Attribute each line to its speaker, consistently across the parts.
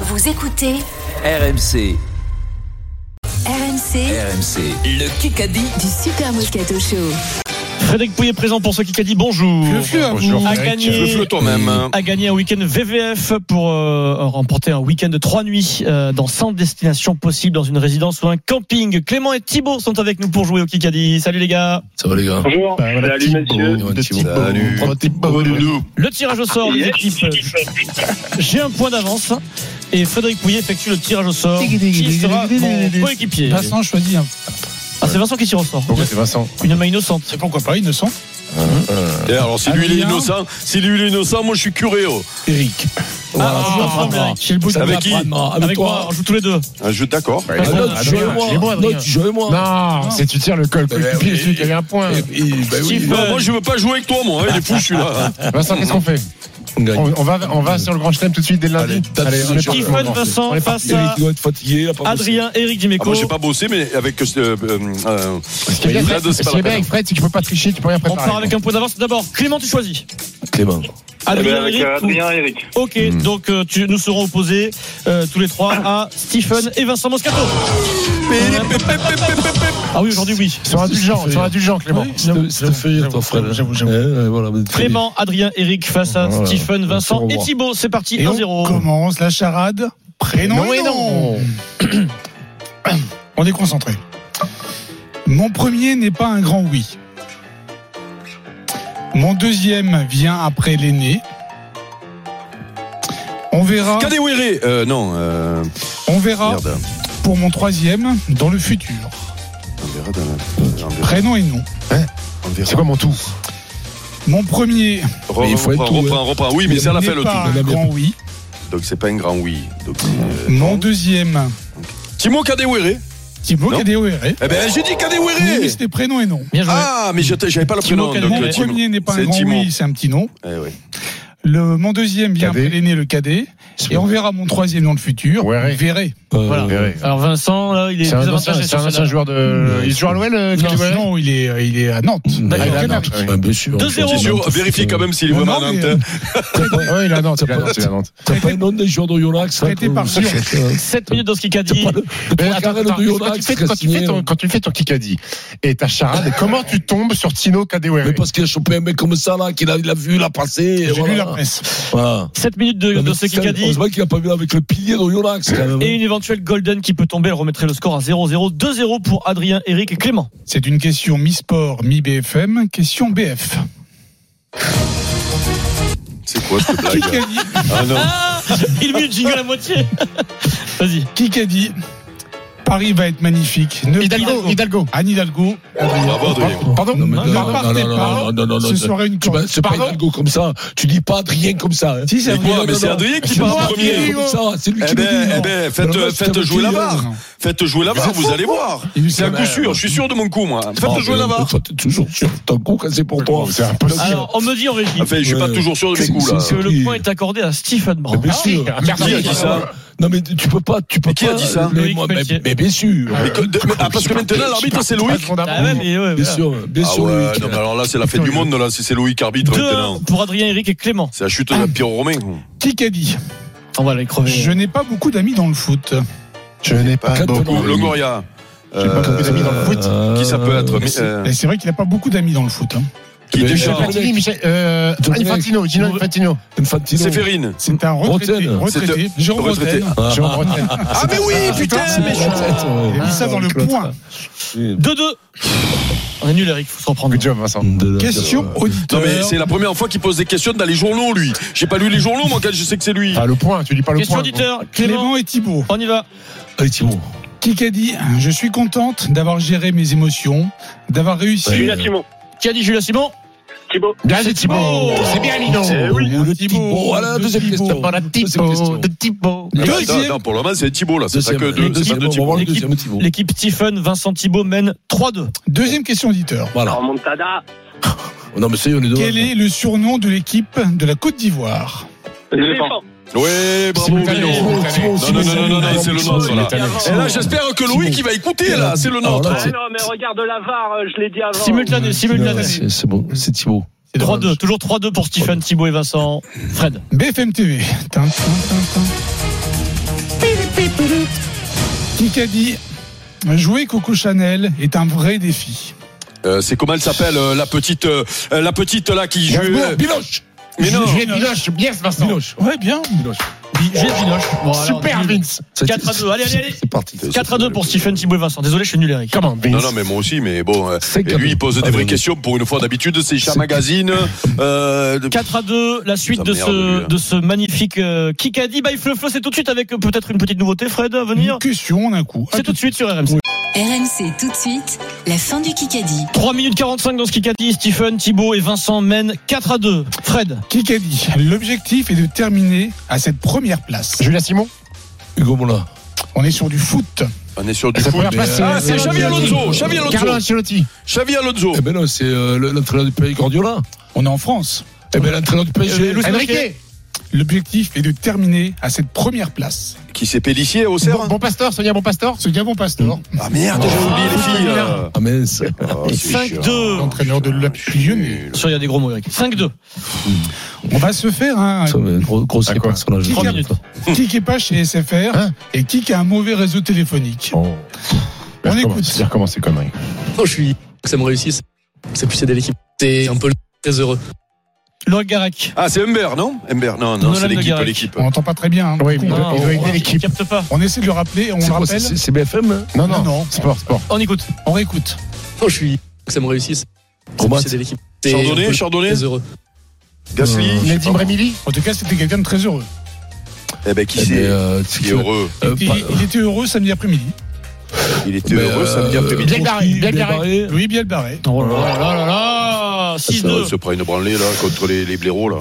Speaker 1: Vous écoutez
Speaker 2: RMC,
Speaker 1: RMC
Speaker 2: RMC, le Kikadi.
Speaker 1: du Super Moscato Show.
Speaker 3: Frédéric Pouillet présent pour ceux qui dit bonjour.
Speaker 4: Bonjour,
Speaker 3: à
Speaker 4: Eric.
Speaker 3: gagner.
Speaker 4: Le fleu toi-même.
Speaker 3: A gagné un week-end VVF pour euh, remporter un week-end de trois nuits euh, dans 100 destinations possibles, dans une résidence ou un camping. Clément et Thibault sont avec nous pour jouer au Kikadi. Salut les gars.
Speaker 5: Ça va les gars
Speaker 6: Bonjour.
Speaker 7: Bah,
Speaker 6: Salut, messieurs.
Speaker 5: Salut.
Speaker 3: Le tirage au sort des équipes. euh, J'ai un point d'avance hein. et Frédéric Pouillet effectue le tirage au sort. Qui sera mon coéquipier
Speaker 7: Vincent choisit un.
Speaker 3: Ah, c'est Vincent qui tire au sort.
Speaker 5: Pourquoi c'est Vincent
Speaker 3: Une main innocente.
Speaker 7: Et pourquoi pas, innocent
Speaker 4: Et Eh, alors, si lui il est
Speaker 7: Adrien.
Speaker 4: innocent, si lui il est innocent, moi je suis curéo.
Speaker 5: Eric.
Speaker 3: Ah, je joue en premier, Eric.
Speaker 7: Chez le bout de
Speaker 4: Avec
Speaker 7: la
Speaker 4: qui
Speaker 7: patte.
Speaker 5: Ah,
Speaker 3: Avec moi, on joue tous les deux.
Speaker 4: Un jeu d'accord.
Speaker 3: Parce qu'on-
Speaker 5: L'autre, je et moi. L'autre, je et moi.
Speaker 7: Non, c'est tu tires le col.
Speaker 5: Eh ben
Speaker 7: Le
Speaker 5: oui.
Speaker 7: celui qui avait un point. Euh,
Speaker 3: Steve,
Speaker 4: Ah, Non, moi je veux pas jouer avec toi, moi. hein, Il est fou, je suis là.
Speaker 7: Vincent, qu'est-ce qu'on fait on, on va, on va sur le grand chelem tout de suite dès lundi.
Speaker 5: tape
Speaker 7: on
Speaker 5: sur le
Speaker 7: est parti.
Speaker 3: Stephen Vincent
Speaker 7: On est
Speaker 3: face
Speaker 7: parti.
Speaker 3: à
Speaker 5: doit être fatigué.
Speaker 3: Adrien, Eric
Speaker 4: Ah,
Speaker 3: Dimeco.
Speaker 4: moi j'ai pas bossé, mais avec. euh, euh, euh,
Speaker 7: Ce qui est bien,
Speaker 4: Là,
Speaker 7: Fred,
Speaker 4: c'est pas
Speaker 7: ce qui est
Speaker 4: la
Speaker 7: bien
Speaker 4: peine.
Speaker 7: avec Fred, c'est que tu peux pas tricher, tu peux rien
Speaker 3: On part
Speaker 7: préparer.
Speaker 3: avec un point d'avance. D'abord, Clément, tu choisis.
Speaker 5: Clément.
Speaker 6: Eh ben,
Speaker 3: Adrien,
Speaker 6: avec
Speaker 3: Eric,
Speaker 6: euh,
Speaker 3: ou-
Speaker 6: Adrien et Eric.
Speaker 3: Ok, donc euh, tu, nous serons opposés euh, tous les trois à Stephen et Vincent Moscato. Ah oui, aujourd'hui oui.
Speaker 7: Ils sont indulgents, ils sont indulgents, Clément.
Speaker 5: C'est fait, ton frère. J'avoue, j'avoue.
Speaker 3: Clément, Adrien, Eric face à
Speaker 5: Voilà.
Speaker 3: Stephen, Vincent
Speaker 5: Sur le
Speaker 3: et
Speaker 5: roi.
Speaker 3: Thibaut. C'est parti,
Speaker 8: Et on
Speaker 3: 1-0.
Speaker 8: commence la charade. Prénom et nom. On est concentré. Mon premier n'est pas un grand oui. Mon deuxième vient après l'aîné. On verra,
Speaker 4: Kadewere. Euh, non. euh,
Speaker 8: on verra
Speaker 4: merde.
Speaker 8: pour mon troisième dans le futur.
Speaker 4: On verra dans la- on verra-
Speaker 8: Prénom et nom.
Speaker 4: on verra.
Speaker 7: C'est quoi mon tout
Speaker 8: Mon premier
Speaker 4: Re-
Speaker 5: Mais il faut être
Speaker 4: Reprends,
Speaker 5: tout,
Speaker 4: reprends, reprends. Oui, mais c'est à la
Speaker 8: n'est
Speaker 4: fin le
Speaker 8: pas
Speaker 4: tout.
Speaker 8: un grand oui.
Speaker 4: Donc c'est pas un grand oui. Donc, euh,
Speaker 8: Mon deuxième,
Speaker 4: Timo Kadewere.
Speaker 8: Thibaut
Speaker 4: Non.
Speaker 8: Cadéoéré.
Speaker 4: Eh ben j'ai dit
Speaker 8: Oui,
Speaker 4: Kadewere.
Speaker 8: c'était prénom et nom.
Speaker 3: Bien joué.
Speaker 4: Ah, mais j'étais- j'avais pas le
Speaker 3: Timo
Speaker 4: prénom. donc,
Speaker 3: Kadewere.
Speaker 8: Mon
Speaker 4: euh, Timo.
Speaker 8: premier n'est pas un
Speaker 4: C'est
Speaker 8: grand
Speaker 4: Timo.
Speaker 8: oui, c'est un petit nom.
Speaker 4: Eh oui.
Speaker 8: Le, mon deuxième vient
Speaker 7: Cadet.
Speaker 8: après l'aîné, le cadet. Et on verra mon troisième dans le futur.
Speaker 7: Ouais.
Speaker 8: Verrez.
Speaker 3: Voilà. Alors Vincent, là, il est
Speaker 7: C'est un
Speaker 3: désavantagé
Speaker 7: ancien, c'est
Speaker 3: sur
Speaker 7: un ancien
Speaker 3: celle-là.
Speaker 7: joueur de. Il joue à l'OL, euh,
Speaker 8: Non,
Speaker 7: Clément
Speaker 8: sinon, il est, il est à Nantes.
Speaker 5: Bah,
Speaker 3: D'accord.
Speaker 8: Il est à
Speaker 7: Ah,
Speaker 8: Nantes.
Speaker 5: Eh, Bien sûr.
Speaker 4: C'est sûr, vérifie quand même s'il est
Speaker 8: Non,
Speaker 4: vraiment
Speaker 8: mais,
Speaker 4: nantais.
Speaker 8: euh,
Speaker 7: Ouais, il est à Nantes, il est à Nantes, il est à Nantes.
Speaker 5: T'as pas le nom des joueurs de Yonax hein,
Speaker 3: 7 minutes dans ce qu'il a dit.
Speaker 7: Mais
Speaker 5: Attends,
Speaker 7: regarde,
Speaker 5: attends,
Speaker 7: attends,
Speaker 5: Yonax
Speaker 7: quand tu fais-
Speaker 5: serait
Speaker 7: quand tu fais
Speaker 5: signé,
Speaker 7: ton-
Speaker 5: euh.
Speaker 7: Quand tu fais ton Kikadi et ta charade, comment tu tombes sur Tino Kadewere
Speaker 5: Mais parce qu'il a chopé un mec comme ça, là, qu'il a, il a vu, il a passé.
Speaker 8: J'ai lu la presse.
Speaker 3: 7 minutes de, de ce qu'il a dit.
Speaker 5: Heureusement qu'il a pas vu avec le pilier de Yonax, quand même. hein.
Speaker 3: Et une éventuelle golden qui peut tomber. Elle remettrait le score à 0-0. 2-0 pour Adrien, Eric et Clément.
Speaker 8: C'est une question mi-sport, mi-BFM. Question BF.
Speaker 4: C'est quoi cette
Speaker 8: Qui
Speaker 4: blague
Speaker 8: a dit,
Speaker 4: Ah non.
Speaker 3: Il met le jingle à moitié. Vas-y.
Speaker 8: qui a dit Paris va être magnifique. Ne
Speaker 7: Hidalgo, Hidalgo.
Speaker 8: Anne Hidalgo.
Speaker 4: Bravo, Adrien.
Speaker 7: Pardon
Speaker 5: Non, mais
Speaker 8: Ne
Speaker 5: non, non,
Speaker 8: partez
Speaker 5: non,
Speaker 8: pas.
Speaker 5: non, non, non, non,
Speaker 8: Ce
Speaker 5: non.
Speaker 8: serait une
Speaker 5: Tu
Speaker 8: con-
Speaker 5: vas- C'est pas
Speaker 7: Pardon
Speaker 5: Hidalgo comme ça. Tu dis pas Adrien comme ça. hein.
Speaker 8: Si, c'est
Speaker 4: Mais
Speaker 8: vrai.
Speaker 4: quoi Mais c'est Adrien qui part en
Speaker 8: moi qui ai
Speaker 4: premier.
Speaker 8: eu.
Speaker 5: Comme ça, C'est lui
Speaker 4: Eh
Speaker 5: qui
Speaker 4: ben, eh
Speaker 5: me dit. hein.
Speaker 4: ben, faites,
Speaker 8: Dommage,
Speaker 4: faites
Speaker 8: c'est
Speaker 4: jouer la
Speaker 8: Adrien.
Speaker 4: barre. Faites jouer la barre, vous allez voir. C'est un coup sûr, je suis sûr de mon coup, moi. Faites jouer la barre.
Speaker 5: Ah, Toi, t'es toujours sûr de ton coup quand c'est pour toi.
Speaker 7: Oh, C'est impossible.
Speaker 3: Alors, on me dit en régie
Speaker 4: Enfin, je suis pas
Speaker 5: Ouais.
Speaker 4: toujours sûr de mes
Speaker 5: C'est-
Speaker 4: coups, là.
Speaker 5: c'est-
Speaker 3: que le point est accordé à Stephen
Speaker 5: Mais
Speaker 3: Brand.
Speaker 8: Ah
Speaker 5: bien sûr.
Speaker 4: Qui a dit ça
Speaker 5: Non, mais tu peux pas. Tu peux
Speaker 4: Mais qui a
Speaker 5: pas.
Speaker 4: dit ça
Speaker 5: mais,
Speaker 3: Loïc
Speaker 5: moi, mais-
Speaker 3: Pelletier.
Speaker 5: mais bien sûr.
Speaker 4: Mais que- de- mais- ah, parce que maintenant, l'arbitre, c'est Loïc.
Speaker 3: Ah ouais, mais ouais, voilà.
Speaker 5: Bien sûr. Bien
Speaker 4: Ah
Speaker 5: sûr,
Speaker 4: ouais,
Speaker 5: Loïc.
Speaker 4: non, mais alors là, c'est la fête du monde, là, si c'est Loïc arbitre
Speaker 3: Deux,
Speaker 4: maintenant.
Speaker 3: un pour Adrien, Eric et Clément. Ah,
Speaker 4: C'est la chute de Pierre Romain.
Speaker 8: Qui a dit
Speaker 3: On va les crever.
Speaker 8: Je n'ai pas beaucoup d'amis dans le foot.
Speaker 4: Euh,
Speaker 7: ah, Je n'ai pas
Speaker 5: Quatre
Speaker 7: beaucoup.
Speaker 5: points.
Speaker 4: Le Goria.
Speaker 7: J'ai pas beaucoup d'amis dans le foot.
Speaker 4: Qui ça peut être mais, euh,
Speaker 8: Et c'est vrai qu'il n'a pas beaucoup d'amis dans le foot. hein.
Speaker 4: Qui
Speaker 5: Mais-
Speaker 4: déjà
Speaker 7: Platini, Michel, euh,
Speaker 5: Domenech.
Speaker 7: Infantino, Gino Infantino.
Speaker 5: Infantino.
Speaker 4: C'est Férine.
Speaker 8: C'est un retraité.
Speaker 5: Roten.
Speaker 8: retraité. Jérôme
Speaker 4: Retraité.
Speaker 8: Roten.
Speaker 5: Ah,
Speaker 7: Jérôme Bretagne.
Speaker 4: Ah, mais oui, putain,
Speaker 5: c'est
Speaker 4: mais je-
Speaker 5: la tête, Ah, ouais.
Speaker 9: Ah.
Speaker 8: Il a mis ça dans le point.
Speaker 3: 2-2. On est nul, Eric, faut se reprendre.
Speaker 7: Good job, Vincent.
Speaker 5: De-
Speaker 8: Question
Speaker 4: Non,
Speaker 8: auditeur.
Speaker 4: mais c'est la première fois qu'il pose des questions dans les journaux, lui. J'ai pas lu les journaux, moi, quand je sais que c'est lui.
Speaker 7: Ah, le point, tu dis pas le
Speaker 3: Question
Speaker 7: point.
Speaker 3: auditeur, Clément,
Speaker 8: Clément et Thibault.
Speaker 3: on y va.
Speaker 5: Allez, Thibaut.
Speaker 8: Qui a dit Je suis contente d'avoir géré mes émotions, d'avoir réussi.
Speaker 6: Julien Simon.
Speaker 3: Qui a dit Julien Simon Oh,
Speaker 6: Thibaut.
Speaker 7: Bien, c'est Thibaut. C'est bien, Lino.
Speaker 6: Eh oui.
Speaker 5: Le
Speaker 8: Thibaut.
Speaker 5: Thibaut. Voilà, la
Speaker 8: Le
Speaker 5: deuxième
Speaker 8: Thibaut.
Speaker 5: question.
Speaker 7: Voilà,
Speaker 5: Deuxième question.
Speaker 7: Thibaut. De Thibaut.
Speaker 4: Ah,
Speaker 8: Deuxième.
Speaker 4: Non, non, pour le moment, c'est Thibault, là. C'est ça
Speaker 5: Deuxième.
Speaker 4: que deux. C'est pas
Speaker 5: Deuxième.
Speaker 4: deux
Speaker 5: On va
Speaker 4: Thibault.
Speaker 5: voir le deuxième Thibaut.
Speaker 3: L'équipe Stephen, Vincent Thibault mène 3-2.
Speaker 8: Deuxième question auditeur.
Speaker 5: Voilà.
Speaker 6: Remontada.
Speaker 5: Non, mais c'est on est devant.
Speaker 8: Quel est le surnom de l'équipe de la Côte d'Ivoire
Speaker 6: L'éléphant.
Speaker 4: Ouais, bravo,
Speaker 7: Simultané.
Speaker 4: Mignon. Non, non, non, non, non, non, c'est le nôtre, là. Et Eh là, j'espère que Loïc, il va écouter, là. C'est le nôtre.
Speaker 5: Alors là,
Speaker 6: Ah non, mais regarde la VAR, euh, je l'ai dit avant.
Speaker 3: Simultané, simultané.
Speaker 5: Ah, C'est c'est bon, c'est Thibaut.
Speaker 3: 3-2, toujours 3-2 pour Stephen, Thibault et Vincent. Fred.
Speaker 8: BFM TV. Tin, tin, tin, tin. Kikadi, jouer Coco Chanel est un vrai défi.
Speaker 4: Euh, c'est comment elle s'appelle euh, la petite euh, la petite là qui joue euh,
Speaker 7: Biloche
Speaker 4: mais non
Speaker 7: Jouer Biloche, bien Vincent
Speaker 8: Ouais, bien.
Speaker 3: J'ai Vinoche. Bon, alors,
Speaker 7: Super
Speaker 3: dis-
Speaker 7: Vince
Speaker 3: 4 à 2, allez, allez, allez.
Speaker 5: C'est parti.
Speaker 3: 4 à 2 pour Stephen Thibault et Vincent. Désolé, je suis nul, Eric.
Speaker 7: Comment Vince
Speaker 4: non, non, mais moi aussi, mais bon. euh,
Speaker 5: C'est
Speaker 4: et
Speaker 5: quand
Speaker 4: lui,
Speaker 5: même
Speaker 4: il pose
Speaker 5: pas
Speaker 4: des vraies
Speaker 5: donné.
Speaker 4: questions pour une fois d'habitude. C'est Chat Magazine. Euh, de-
Speaker 3: 4 à 2, la suite
Speaker 4: Putain,
Speaker 3: de
Speaker 4: merde, lui,
Speaker 3: ce,
Speaker 4: hein.
Speaker 3: de ce magnifique euh, Kikadi by Fleu Fleu. C'est tout de suite avec euh, peut-être une petite nouveauté, Fred, à venir.
Speaker 8: Une question d'un coup.
Speaker 3: C'est tout de suite sur RMC.
Speaker 1: RMC tout de suite, la fin du Kikadi.
Speaker 3: 3 minutes 45 dans ce Kikadi. Stephen Thibault et Vincent mènent 4 à 2. Fred,
Speaker 8: Kikadi, l'objectif est de terminer à cette première place.
Speaker 7: Julien Simon
Speaker 5: Hugo Mola.
Speaker 8: On est sur du foot.
Speaker 4: on est sur du
Speaker 7: Sa
Speaker 4: foot.
Speaker 7: première place,
Speaker 4: Ah, c'est Xavi Alonso. Xavi
Speaker 7: Carlo
Speaker 4: Alonso.
Speaker 7: Ancelotti
Speaker 4: Xavi Alonso.
Speaker 5: Eh ben non, c'est euh, le- l'entraîneur du pays Guardiola.
Speaker 8: On est en France.
Speaker 5: Eh ben l'entraîneur du pays.
Speaker 3: Euh, Luis Enrique.
Speaker 7: Enrique
Speaker 8: L'objectif est de terminer à cette première place.
Speaker 4: Qui s'est pédicié au cerf.
Speaker 7: Bon bon Pastor, Sonia Bon Pastor
Speaker 8: Ce Gabon Pastor,
Speaker 4: Ah merde, j'ai oublié les filles. euh.
Speaker 5: Ah mince.
Speaker 4: Ah, c'est
Speaker 3: 5-2.
Speaker 8: l'entraîneur de l'Olympique lyonnais.
Speaker 3: Sur, il y a des gros mots, Eric. 5-2.
Speaker 8: On va se faire un
Speaker 5: Ça, mais gros, gros,
Speaker 9: Ah,
Speaker 5: c'est
Speaker 7: quoi
Speaker 5: personnage.
Speaker 3: Trois minutes.
Speaker 8: qui qui est pas chez SFR
Speaker 7: Hein
Speaker 8: et qui qui a un mauvais réseau téléphonique.
Speaker 5: Oh.
Speaker 8: On
Speaker 7: Comment-
Speaker 8: écoute.
Speaker 7: C'est-à-dire comment c'est connerie
Speaker 9: Non, je suis que ça me réussisse. C'est plus aider l'équipe. C'est un peu le- très heureux.
Speaker 3: Laurent Garac.
Speaker 4: Ah, c'est Humbert, non Humbert, non, non,
Speaker 3: Nolan
Speaker 4: c'est
Speaker 3: de
Speaker 4: l'équipe,
Speaker 3: Garec.
Speaker 4: l'équipe.
Speaker 8: On n'entend pas très bien. hein.
Speaker 7: Oui, mais il
Speaker 3: Non,
Speaker 7: doit- il doit aider
Speaker 3: Je
Speaker 7: l'équipe.
Speaker 3: Ah, capte pas.
Speaker 8: On essaie de le rappeler, on
Speaker 5: C'est
Speaker 8: le
Speaker 5: quoi,
Speaker 8: rappelle.
Speaker 5: c'est- C'est BFM hein
Speaker 7: Non, non,
Speaker 8: non.
Speaker 7: sport, sport.
Speaker 3: On écoute.
Speaker 8: On réécoute.
Speaker 9: Non, je suis que ça me réussisse. C'est
Speaker 5: Romat.
Speaker 9: plus aider l'équipe. C'est un peu
Speaker 4: Chardonnay,
Speaker 9: le-
Speaker 4: Chardonnay,
Speaker 9: très heureux.
Speaker 4: Gasly. je sais
Speaker 7: Nadim
Speaker 4: pas.
Speaker 7: Remili
Speaker 8: En tout cas, c'était quelqu'un de très heureux.
Speaker 4: Eh ben, qui
Speaker 5: Eh ben,
Speaker 4: c'est
Speaker 5: euh, c'est
Speaker 4: Qui est
Speaker 5: que-
Speaker 4: heureux.
Speaker 5: euh,
Speaker 8: il,
Speaker 5: pas-
Speaker 8: il était heureux samedi après-midi.
Speaker 4: Il était
Speaker 5: mais,
Speaker 4: heureux samedi
Speaker 5: euh,
Speaker 4: après-midi.
Speaker 7: Bien garé, bien
Speaker 5: Bien
Speaker 7: garé.
Speaker 5: barré.
Speaker 8: Louis Bielbarré.
Speaker 3: Oh là là là là là.
Speaker 4: Ça,
Speaker 3: 6-2.
Speaker 4: se prend une branlée, là, contre les, les blaireaux, là.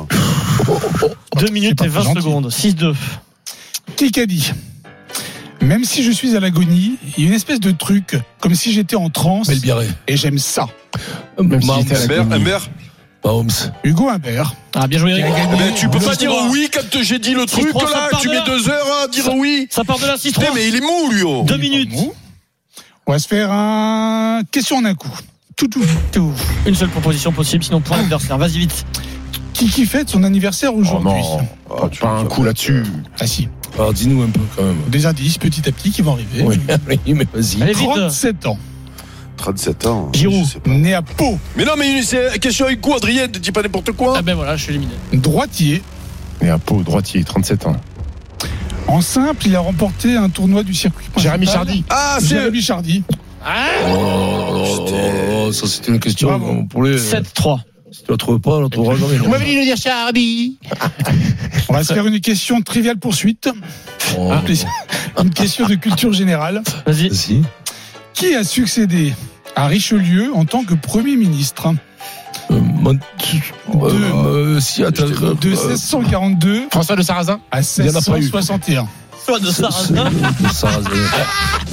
Speaker 3: 2 minutes
Speaker 8: pas
Speaker 3: et 20
Speaker 8: gentil.
Speaker 3: secondes. 6-2.
Speaker 8: Qui qu'a dit Même si je suis à l'agonie, il y a une espèce de truc, comme si j'étais en transe,
Speaker 5: Bel Biarré.
Speaker 8: et j'aime ça.
Speaker 7: Même si
Speaker 5: Mahomes.
Speaker 7: j'étais à la
Speaker 4: Humbert,
Speaker 7: Commune.
Speaker 4: Humbert.
Speaker 5: Mahomes.
Speaker 8: Hugo Imbert.
Speaker 3: Ah, bien joué,
Speaker 8: qui a
Speaker 3: Eric.
Speaker 8: gagné
Speaker 4: Eh ben, tu peux
Speaker 8: le
Speaker 4: pas dire
Speaker 8: droit.
Speaker 4: oui quand j'ai dit le truc,
Speaker 3: prend sa
Speaker 4: là.
Speaker 3: part
Speaker 4: Tu
Speaker 3: de
Speaker 4: mets
Speaker 3: là.
Speaker 4: deux heures à dire oui.
Speaker 3: Ça part de la
Speaker 4: Putain,
Speaker 3: 6-3.
Speaker 4: mais il est mou, lui, oh.
Speaker 3: 2 minutes.
Speaker 8: On va se faire un. Question en un coup. Tout, tout.
Speaker 3: Tout. Une seule proposition possible, sinon pour l'adversaire. Vas-y vite.
Speaker 8: Qui qui fête son anniversaire
Speaker 7: Oh
Speaker 8: aujourd'hui
Speaker 7: non,
Speaker 4: Ah,
Speaker 7: pas-
Speaker 4: tu-
Speaker 5: Oh,
Speaker 7: pas un
Speaker 4: ça
Speaker 7: coup
Speaker 4: va.
Speaker 7: là-dessus.
Speaker 8: Ah si.
Speaker 5: Alors dis-nous un peu quand même.
Speaker 8: Des indices petit à petit qui vont arriver.
Speaker 5: Oui, oui, mais vas-y.
Speaker 3: Allez vite.
Speaker 8: 37 ans,
Speaker 4: 37 ans.
Speaker 3: Giroud.
Speaker 4: je sais pas.
Speaker 8: né à Pau,
Speaker 4: Mais non, mais c'est question avec coup, Adrien, ne dis pas n'importe quoi.
Speaker 3: Ah ben voilà, je suis éliminé.
Speaker 8: droitier.
Speaker 7: Et un pot droitier, 37 ans.
Speaker 8: En simple, il a remporté un tournoi du circuit. principal.
Speaker 7: Jérémy Chardy.
Speaker 4: Ah, c'est.
Speaker 8: Jérémy Chardy.
Speaker 5: Oh, oh, ça c'était une question.
Speaker 8: Bravo.
Speaker 5: mon poulet.
Speaker 3: 7-3.
Speaker 5: Si tu la trouves pas, on la trouvera jamais.
Speaker 7: Vous m'avez dit de dire Chardy
Speaker 8: On va se faire une question triviale poursuite.
Speaker 5: Oh,
Speaker 8: Une question de culture générale.
Speaker 3: Vas-y.
Speaker 5: vas-y.
Speaker 8: Qui a succédé à Richelieu en tant que Premier ministre
Speaker 5: Euh, mon- euh, euh, si, attends, euh,
Speaker 8: de
Speaker 5: euh,
Speaker 8: 1642
Speaker 7: François de Sarrazin
Speaker 8: à
Speaker 5: Il y en a pas eu.
Speaker 8: 1661
Speaker 3: Soit de
Speaker 5: c'est-
Speaker 3: Sarrazin.
Speaker 5: de Sarrazin.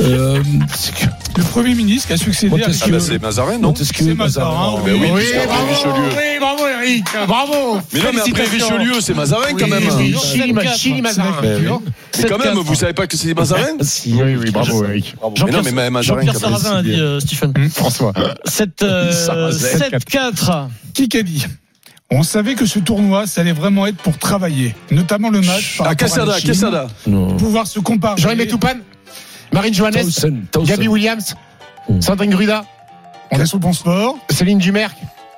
Speaker 5: Euh, c'est que-
Speaker 8: Le Premier ministre qui a succédé à
Speaker 5: Montesquieu.
Speaker 4: Ah, ben,
Speaker 8: Richelieu.
Speaker 4: c'est Mazarin, non
Speaker 5: Montesquieu,
Speaker 8: C'est Mazarin,
Speaker 5: Mazarin.
Speaker 8: oui.
Speaker 4: Ben oui,
Speaker 7: Oui,
Speaker 4: puisque après
Speaker 7: Eh, bravo,
Speaker 4: Richelieu.
Speaker 7: Oui, bravo Eric Eh, Bravo
Speaker 4: Mais non, mais après
Speaker 7: Félicitations.
Speaker 4: Richelieu, c'est Mazarin, quand même.
Speaker 7: Oui, oui,
Speaker 3: Sept
Speaker 7: Chili,
Speaker 3: quatre.
Speaker 7: Chili Mazarin.
Speaker 8: C'est la culture.
Speaker 4: Mais quand même, vous savez pas que c'est Mazarin
Speaker 5: Si,
Speaker 7: Oui, oui, bravo Eric.
Speaker 4: Mais non, mais Ma- Mazarin,
Speaker 3: Jean-Pierre
Speaker 4: quand même. Ah,
Speaker 3: Sarrazin a dit euh, Stephen.
Speaker 7: Hmm François.
Speaker 3: 7, euh,
Speaker 5: Sarrazin.
Speaker 3: 7-4.
Speaker 8: Qui qu'a dit On savait que ce tournoi, ça allait vraiment être pour travailler, notamment le match. par
Speaker 4: Ah,
Speaker 8: rapport à la
Speaker 4: Quesada,
Speaker 8: Chine,
Speaker 4: Quesada.
Speaker 5: Non.
Speaker 8: Pouvoir se comparer.
Speaker 7: Jean-Aimé Toupane Marine Johannes
Speaker 5: Towson, Towson.
Speaker 7: Gabi Williams
Speaker 5: Mm.
Speaker 7: Sandrine Gruda
Speaker 8: On est sur le bon sport,
Speaker 7: Céline Dumerc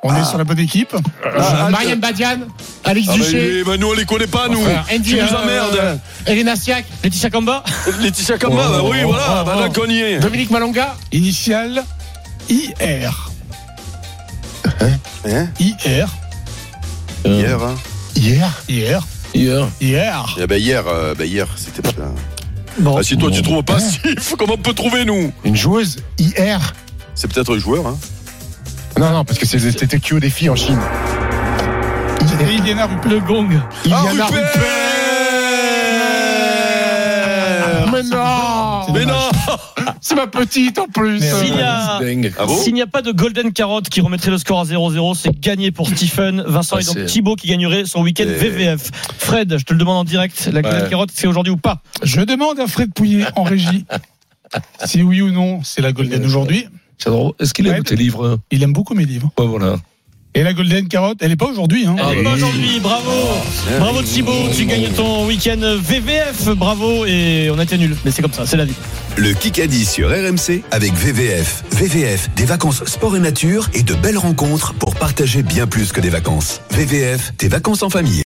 Speaker 8: on est sur la bonne équipe.
Speaker 4: Ah, ah,
Speaker 7: Euh, Marianne Badian Alex
Speaker 4: Ah,
Speaker 7: Duché
Speaker 4: mais, mais nous, on les connaît pas, nous.
Speaker 7: Frère, Andy,
Speaker 4: Tu nous
Speaker 7: euh,
Speaker 4: emmerdes.
Speaker 7: Elena Siak
Speaker 3: Laetitia Kamba.
Speaker 4: Laetitia Camba, bah oui, voilà, bah là, qu'on y est.
Speaker 7: Dominique Malonga
Speaker 8: Initial IR.
Speaker 4: Hein
Speaker 8: IR.
Speaker 5: Euh,
Speaker 4: Hier, hein.
Speaker 7: Hier
Speaker 8: IR.
Speaker 5: Hier.
Speaker 8: IR.
Speaker 4: Eh ben, hier, euh, ben, hier, c'était pas.
Speaker 3: Bon.
Speaker 4: Ah, si toi, tu trouves pas, Steve, comment on peut trouver, nous
Speaker 7: Une joueuse IR
Speaker 4: C'est peut-être un joueur, hein.
Speaker 7: Non, non, parce que c'est- c'était Q des filles en Chine
Speaker 8: Et Iliana Ruppel.
Speaker 3: Le gong.
Speaker 4: Ah,
Speaker 7: Iliana
Speaker 4: Rupert
Speaker 7: Mais non
Speaker 4: Mais non
Speaker 7: C'est ma petite en plus
Speaker 3: S'il y a-
Speaker 5: C'est dingue.
Speaker 4: Ah bon
Speaker 3: S'il n'y a pas de Golden Carotte qui remettrait le score à 0-0, c'est gagné pour Stephen. Vincent
Speaker 5: Ah,
Speaker 3: et donc
Speaker 5: c'est-
Speaker 3: Thibaut qui gagnerait son week-end
Speaker 4: Et-
Speaker 3: VVF. Fred, je te le demande en direct, la Golden
Speaker 5: Ouais.
Speaker 3: Carotte, c'est aujourd'hui ou pas
Speaker 8: Je demande à Fred Pouillet en régie si oui ou non c'est la Golden aujourd'hui.
Speaker 5: J'adore. Est-ce qu'il a
Speaker 8: Ouais.
Speaker 5: lu tes livres
Speaker 8: Il aime beaucoup mes livres.
Speaker 5: Ouais, voilà.
Speaker 8: Et la Golden Carotte, elle est pas aujourd'hui. Hein.
Speaker 3: Elle est pas Ah aujourd'hui, bravo Bravo Thibaut, tu gagnes ton week-end VVF, bravo Et on a été nul, mais c'est comme ça, c'est la vie.
Speaker 4: Le Kikadi sur RMC avec VVF. VVF, des vacances sport et nature et de belles rencontres pour partager bien plus que des vacances. VVF, tes vacances en famille.